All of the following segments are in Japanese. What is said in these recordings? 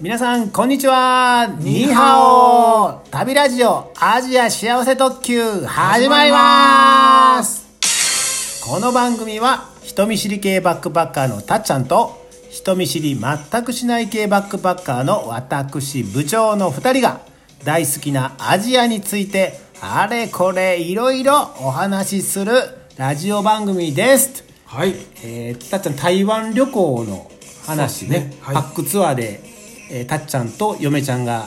皆さんこんにちはニーハオ旅ラジオアジア幸せ特急始まりますこの番組は人見知り系バックパッカーのたっちゃんと人見知り全くしない系バックパッカーの私部長の2人が大好きなアジアについてあれこれいろいろお話しするラジオ番組ですはいえー、たっちゃん台湾旅行の話ねそうですねはいパックツアーで、えーたっちゃんと嫁ちゃんが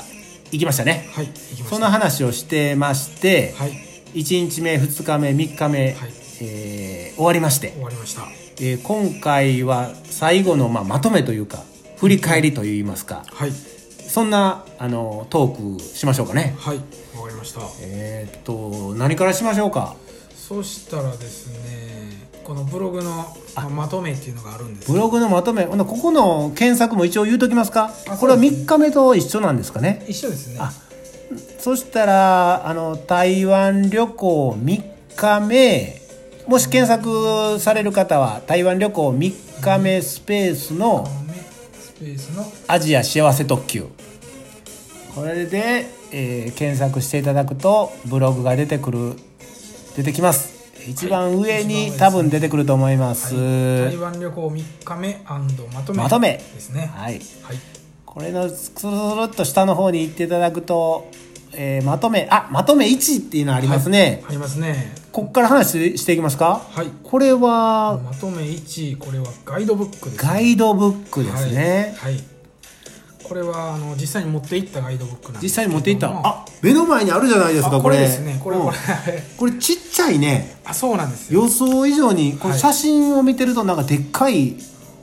行きましたね、はい行きましたその話をしてまして、はい1日目2日目3日目、はいえー終わりまして終、わりましたえー今回は最後の、まあ、まとめというか振り返りといいますかはいそんなあのトークしましょうかねはいわかりましたえーっと何からしましょうかそしたらですねこのブログのまあまとめっていうのがあるんですけブどログのまとめほなここの検索も一応言うときますかあこれはそうですね3日目と一緒なんですかね一緒ですねあそしたらあの台湾旅行3日目もし検索される方は台湾旅行3日目スペースのスペースのアジア幸せ特急これで、えー検索していただくとブログが出てくる出てきます一番上に多分出てくると思います、はい台湾旅行3日目まとめまとめですねはい、はいこれのスルスルっと下の方に行っていただくと、えーまとめあまとめ1っていうのありますね、ありますねこっから話していきますかはいこれはまとめ1これはガイドブックですね、ガイドブックですね、はい、はいこれはあの実際に持っていったガイドブックなんです実際に持っていったけどもあ目の前にあるじゃないですかあここれれですねこれうんこれこれちっちゃいねあそうなんですよ予想以上にこれはい写真を見てるとなんかでっかい、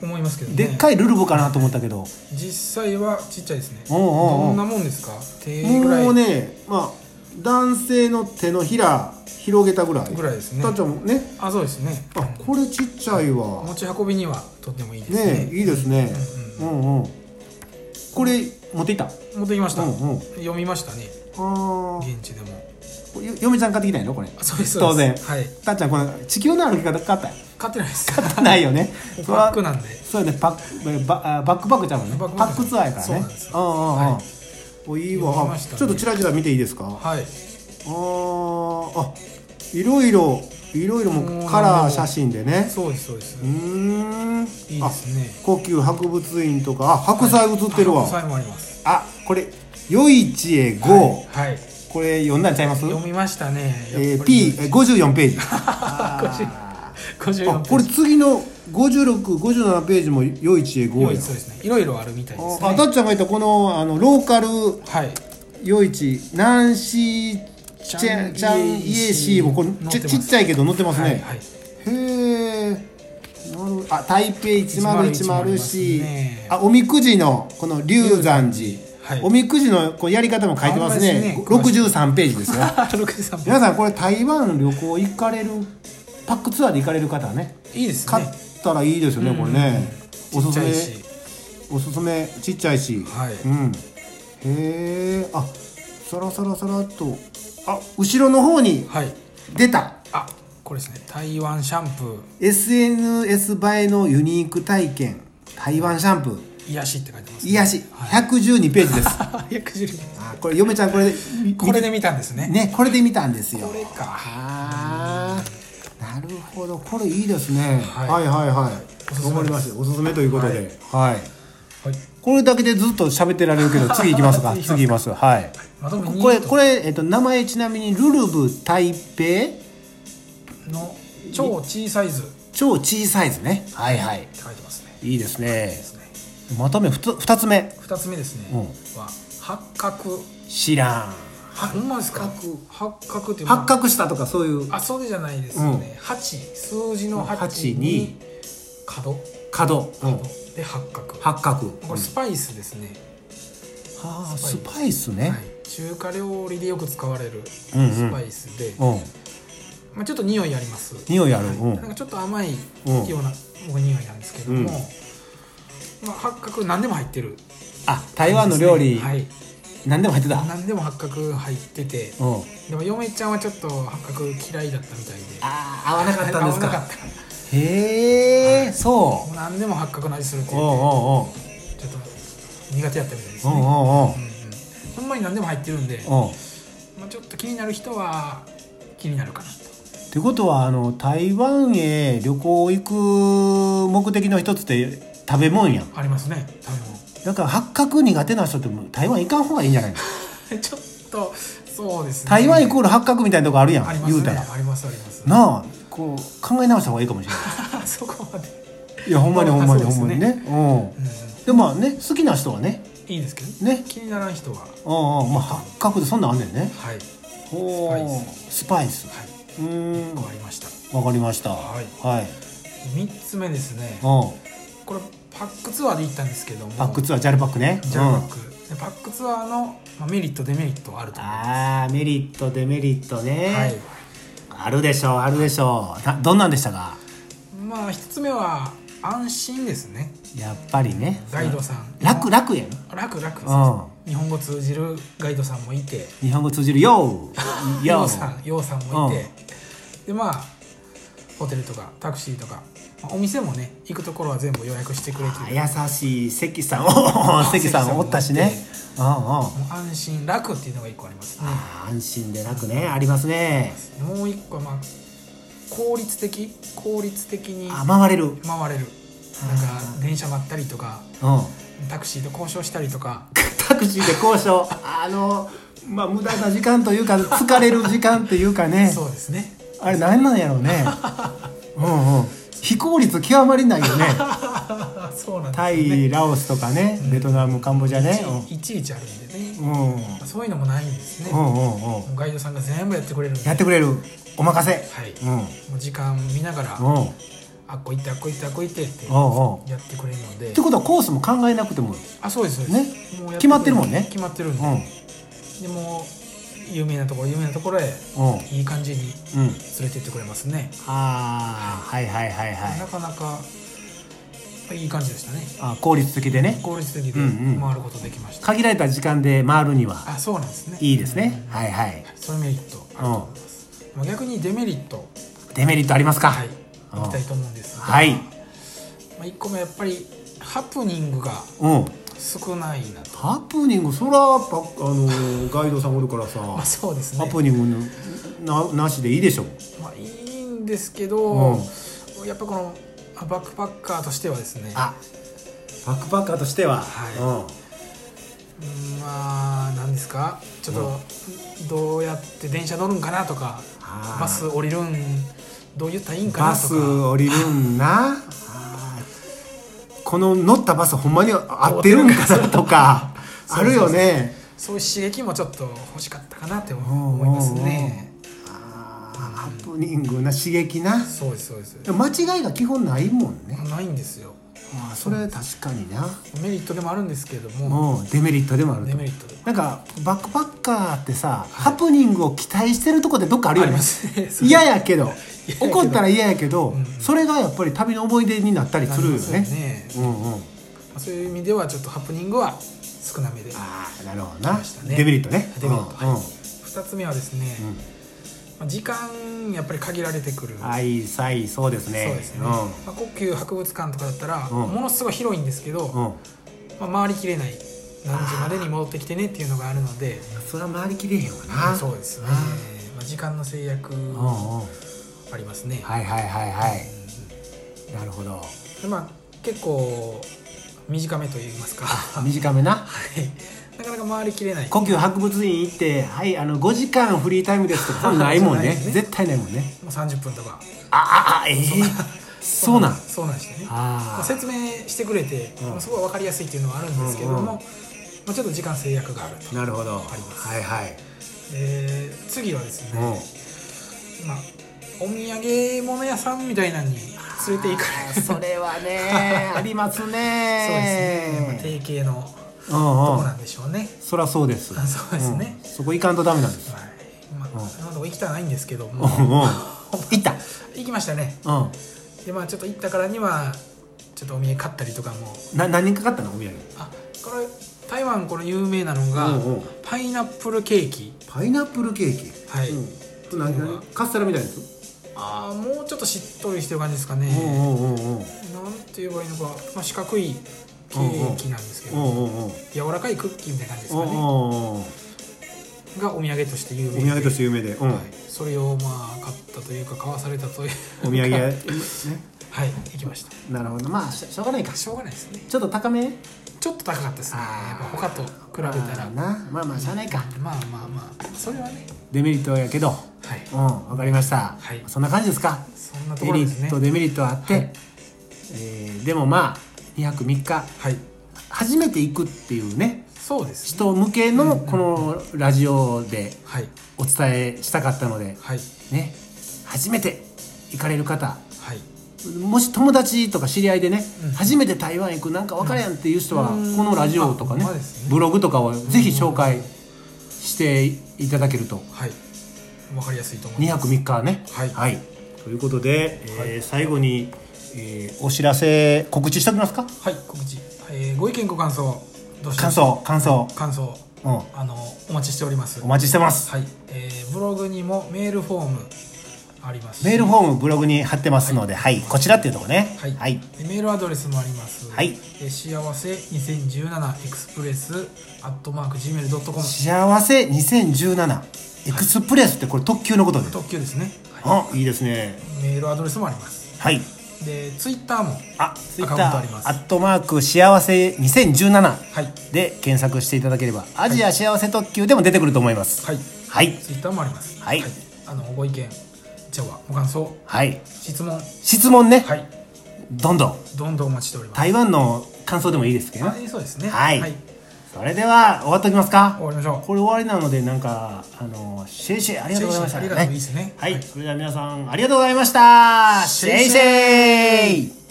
思いますけどねでっかいルルブかなと思ったけど、実際はちっちゃいですねおうおうおうどんなもんですか手ぐらいもうねまあ男性の手のひら広げたぐらいぐらいですねたっちゃんもねあそうですねあこれちっちゃいわ持ち運びにはとってもいいですねねいいですねううんうんこれ持っていったあ持ってきました、うんうん読みましたねあ現地でもこれよ嫁ちゃん買ってきたんやろこれあそうです当然そうですはいたっちゃんこの地球の歩き方買ったんや 買ってないです買ってないよねそれバッはクなんでそうやねパックバあバックパックちゃうもんねパバックパッッククツアーやからそうねなんですうんうんうんはおいい読みわましたねちょっとチラチラ見ていいですかあはいーあいろいろいろいろもうカラー写真でねそうですそうです、うーんいいであすね故宮博物院とかあ白菜映ってるわ、はい白菜もありますあこれ「よいちえ5」はい、はいこれ読んだんちゃいます読みましたねえやー、っぱり P えー54ページ ああー54あこれ次の5657ページも「よいちえ5そうや」ですねいろいろあるみたいですああねたっちゃんが言ったこのあのローカルはいよいちナンシーチャンチャンイエシーもこれ載ちってますちっちゃいけど載ってますね、はいはいへえあ台北1010あり1010ますし、ねあおみくじのこの龍山寺、はいおみくじのこうやり方も書いてますありねますね63ページですよ六時三分皆さんこれ台湾旅行行かれるパックツアーで行かれる方はねいいです買ねったらいいですよね、これねおちすっちすゃめいしおすすめちっちゃいし、はいうんへえあさらさらさらっとあ後ろの方にはい出たあこれですね台湾シャンプ SNS 映えのユニーク体験台湾シャンプーー癒しって書いてますね癒しはい112ページ ですあ110ーこれ嫁ちゃんこれでこれで見たんですねねこれで見たんですよこれかあーなるほどこれいいですね、はいはい、はいはいおすすめです頑張りましたおすすめということではい、はいこれだけでずっと喋ってられるけど次行き ますか次次行きますはいまとめにこれこれ、えっと、名前ちなみにルルブ台北の超小サイズって超小さいですねはいはい書いてますねいいですねですねまとめふつ二つ目二つ目ですねうんは八角知らんはほんまですか八角っていうのは発覚したとかそういうあそうじゃないですよね八数字の八八にに角角、うん、で八角こ発覚れスパイスですねあースパイスね、はい中華料理でよく使われるスうんうんパイスでうんまあちょっと匂いあります匂いある、うんなんかちょっと甘いようんうなお匂いなんですけども、うんまあ、八角何でも入ってる、あ台湾の料理、はい、何でも入ってた、何でも八角入っててうん、でも嫁ちゃんはちょっと八角嫌いだったみたいであー合わなかったんです合わなかかっ へえ、たそもう何でも八角の味するってう言おうっおうおうてちょっと苦手やったみたいですうんうんね、うんほんまに何でも入ってるんで、うんっまあ、ちょっと気になる人は気になるかなとてことはあの台湾へ旅行行く目的の一つって食べ物やんありますね食だから八角苦手な人ってもう台湾行かん方がいいんじゃ ないのべ物ちょっとそうですね台湾イコール八角みたいなとこあるやん、あります言うたねらありますありますなあこう考え直した方がいいかもしれな そこまで、 いいやほんまにほんまにまほあんそまうでにすねねううんんでもまあね好きな人はねいいんですけどね気にならん人はうんうんまあ八角でそんなんあんねんねはいほうスパイスはい、うーん終わりましたわかりましたは、はいはい、三つ目ですねうこれパックツアーで行ったんですけどもんパックツアージャルパックねジャルうパんック、でパックツアーのまあメリットデメリットはあると思いまあーメリットデメリットね、すはいあるでしょうあるでしょうなどんなんでしたかまあ一つ目は安心ですねやっぱりねガイドさん楽楽やん楽楽うん日本語通じるガイドさんもいて日本語通じるよーよようーさんようさんもいて、でまあホテルとかタクシーとかまあお店もね行くところは全部予約してくれてるも優しい関さんお関さんもおったしねうんうんう安心楽っていうのが一個ありますねあー安心で楽ねありますねもう一個はまあ効率的効率的にあ回れるうん 回れるなんか電車待ったりとかタクシーと交渉したりとかタクシーで交渉あのまあ無駄な時間というか疲れる時間というかねそうですねあれ何なんやろうねうんうん非効率極まりないよね あそうなんですタよねイラオスとかねベトナムカンボジアねいちいちあるんでね、うんうんうんそういうのもないんですね、うんうんガイドさんが全部やってくれるんでやってくれるお任せはい、うんもう時間見ながら、うんうんあっこ行ってあっこ行ってあっこ行ってってうんやってくれるのっでてことはコースも考えなくてもあそうですそうですねもうや決まってるもんね決まってるんで、うでもう有名なところ有名なところへんうんいい感じにうん連れてってくれますね、ああはいはいはいはないかなかいい感じでしたねあ効率的でね効率的でうんうん回ることできました、限られた時間で回るにはあそうなんですねいいですねはいはいそれメリットあると思います、まあ逆にデメリットデメリットありますかはいいきたいと思うんですが、はいまあ、1個目やっぱりハプニングがうん少ないなと、ハプニングそらやっぱあのーガイドさんおるからさま あ、ハそうですねプニングのななしでいいでしょまあ、いいんですけど、やっぱこのあバックパッカーとしてはですねあバックパッカーとしてははうんまあ何ですかちょっとどうやって電車乗るんかなとかあーバス降りるんどう言ったらいいんうんかなバとスか降りるんなあーこの乗ったバスほんまに合ってるんかなと かあるよねそういう刺激もちょっと欲しかったかなって思いますねあーハプニングな刺激なそうですそうですでも間違いが基本ないもんねないんですよあーそれは確かになメリットでもあるんですけれどもうんデメリットでもあるデとメリットでもなんかバックパッカーってさ、ハプニングを期待してるとこでどっかあるよありねますねそれ嫌やけ どやけど怒ったら嫌やけど、んうんそれがやっぱり旅の思い出になったりするよなりますねうんうんまあそういう意味ではちょっとハプニングは少なめでああなるほどな、りましたねデメリットねデメリットうんうんはい2つ目はですね、んまあ時間やっぱり限られてくる、はいさいそうですねそうですね、まあ、故宮博物館とかだったら、うんものすごい広いんですけど、うん、うん、まあ、回りきれない何時までに戻ってきてねっていうのがあるのでそれは回りきれへんわなそうですね、まあ、時間の制約うんうんはいありますね、はいはいはいなるほどでまあ、結構短めといいますかは短めない なかなか回りきれない故宮博物院行ってはいあの5時間フリータイムですとか そんなんないもんないねですね絶対ないもんねもう30分とかあああええそうなんそうなんですよねあまあー説明してくれて、うんまあすごい分かりやすいっていうのはあるんですけども、うんうんまあ、ちょっと時間制約があるとなるほどありますはいはいで次はですね、うんまあ、お土産物屋さんみたいなのに連れて行かあれーる それはねありますそうですね、まあ、ね定型のとうんこうなんんでしょうね、そりゃそうですあそうですねんそこ行かんとダメなんですはいまあ、そんなとこ行きたないんですけうどんうもん行った行きましたねうんでまあちょっと行ったからにはちょっとお土産買ったりとかもな何人かかったのお土産あこれ台湾この有名なのが、うんうんパイナップルケーキパイナップルケーキはいうんこれ何何カステラみたいなやつああもうちょっとしっとりしてる感じですかね、うんうんうんうんなんて言えばいいのか、まあ、四角いケーキなんですけうんどうんうん柔らかいクッキーみたいな感じですうかんねうんうんがお土産として有名おで土産として有名で、うんはい、それをまあ買ったという か買わされたというお土産はねい行きましたなるほどまあしょしょうがないかしょうがないですねちょっと高めちょっと高かったですねあーやっぱ他と比べたらあーなまあまあしゃあないかまあまあまあそれはねデメリットやけどはいうんわかりました、はいそんな感じですかそんなとメころリですねットデメリットはあって、はいえーでもまあ2泊3日はい初めて行くっていうねそうですね人向けのこのラジオではいお伝えしたかったのではいね初めて行かれる方はいもし友達とか知り合いでね、うん初めて台湾行くなんか分からやんっていう人は、うんこのラジオとかね,、あほんまですねブログとかをぜひ紹介していただけるとはいわかりやすいと思い2ます泊3日はねはいということで、えー最後に、えーお知らせ告知しておきますかはい告知、えーご意見ご感想どうし感想感想、感想うん、あのお待ちしておりますお待ちしてます、はい、えーブログにもメールフォームありますしメールフォームブログに貼ってますので、はいこちらっていうとこねはい、はいでメールアドレスもあります。はいえー幸せ二千十七エクスプレスアットマーク gmail ドットコム幸せ2017エクスプレスってこれ特急のことで、特急ですね、はあいいですねいメールアドレスもあります。はいで、ツイッターもはあ、ツイッタアカウントーありますアットマーク幸せ2017いで検索していただければ、アジア幸せ特急でも出てくると思います。はいはい。ツイッターもあります。はいあのご意見、じゃあご感想、はい。質問、は質問ね、い、どんどん。どんどんお待ちしております。台湾の感想でもいいですけどね。はい、そうですね。はいそれでは、終わっておきます終か。わりましょう。これ終わりなので、なんか、あの、シェイシェイありがとうございました、シェイシェイありがとういいですねは。はいいそれでは皆さん、ありがとうございました。シシェェイイシシェイ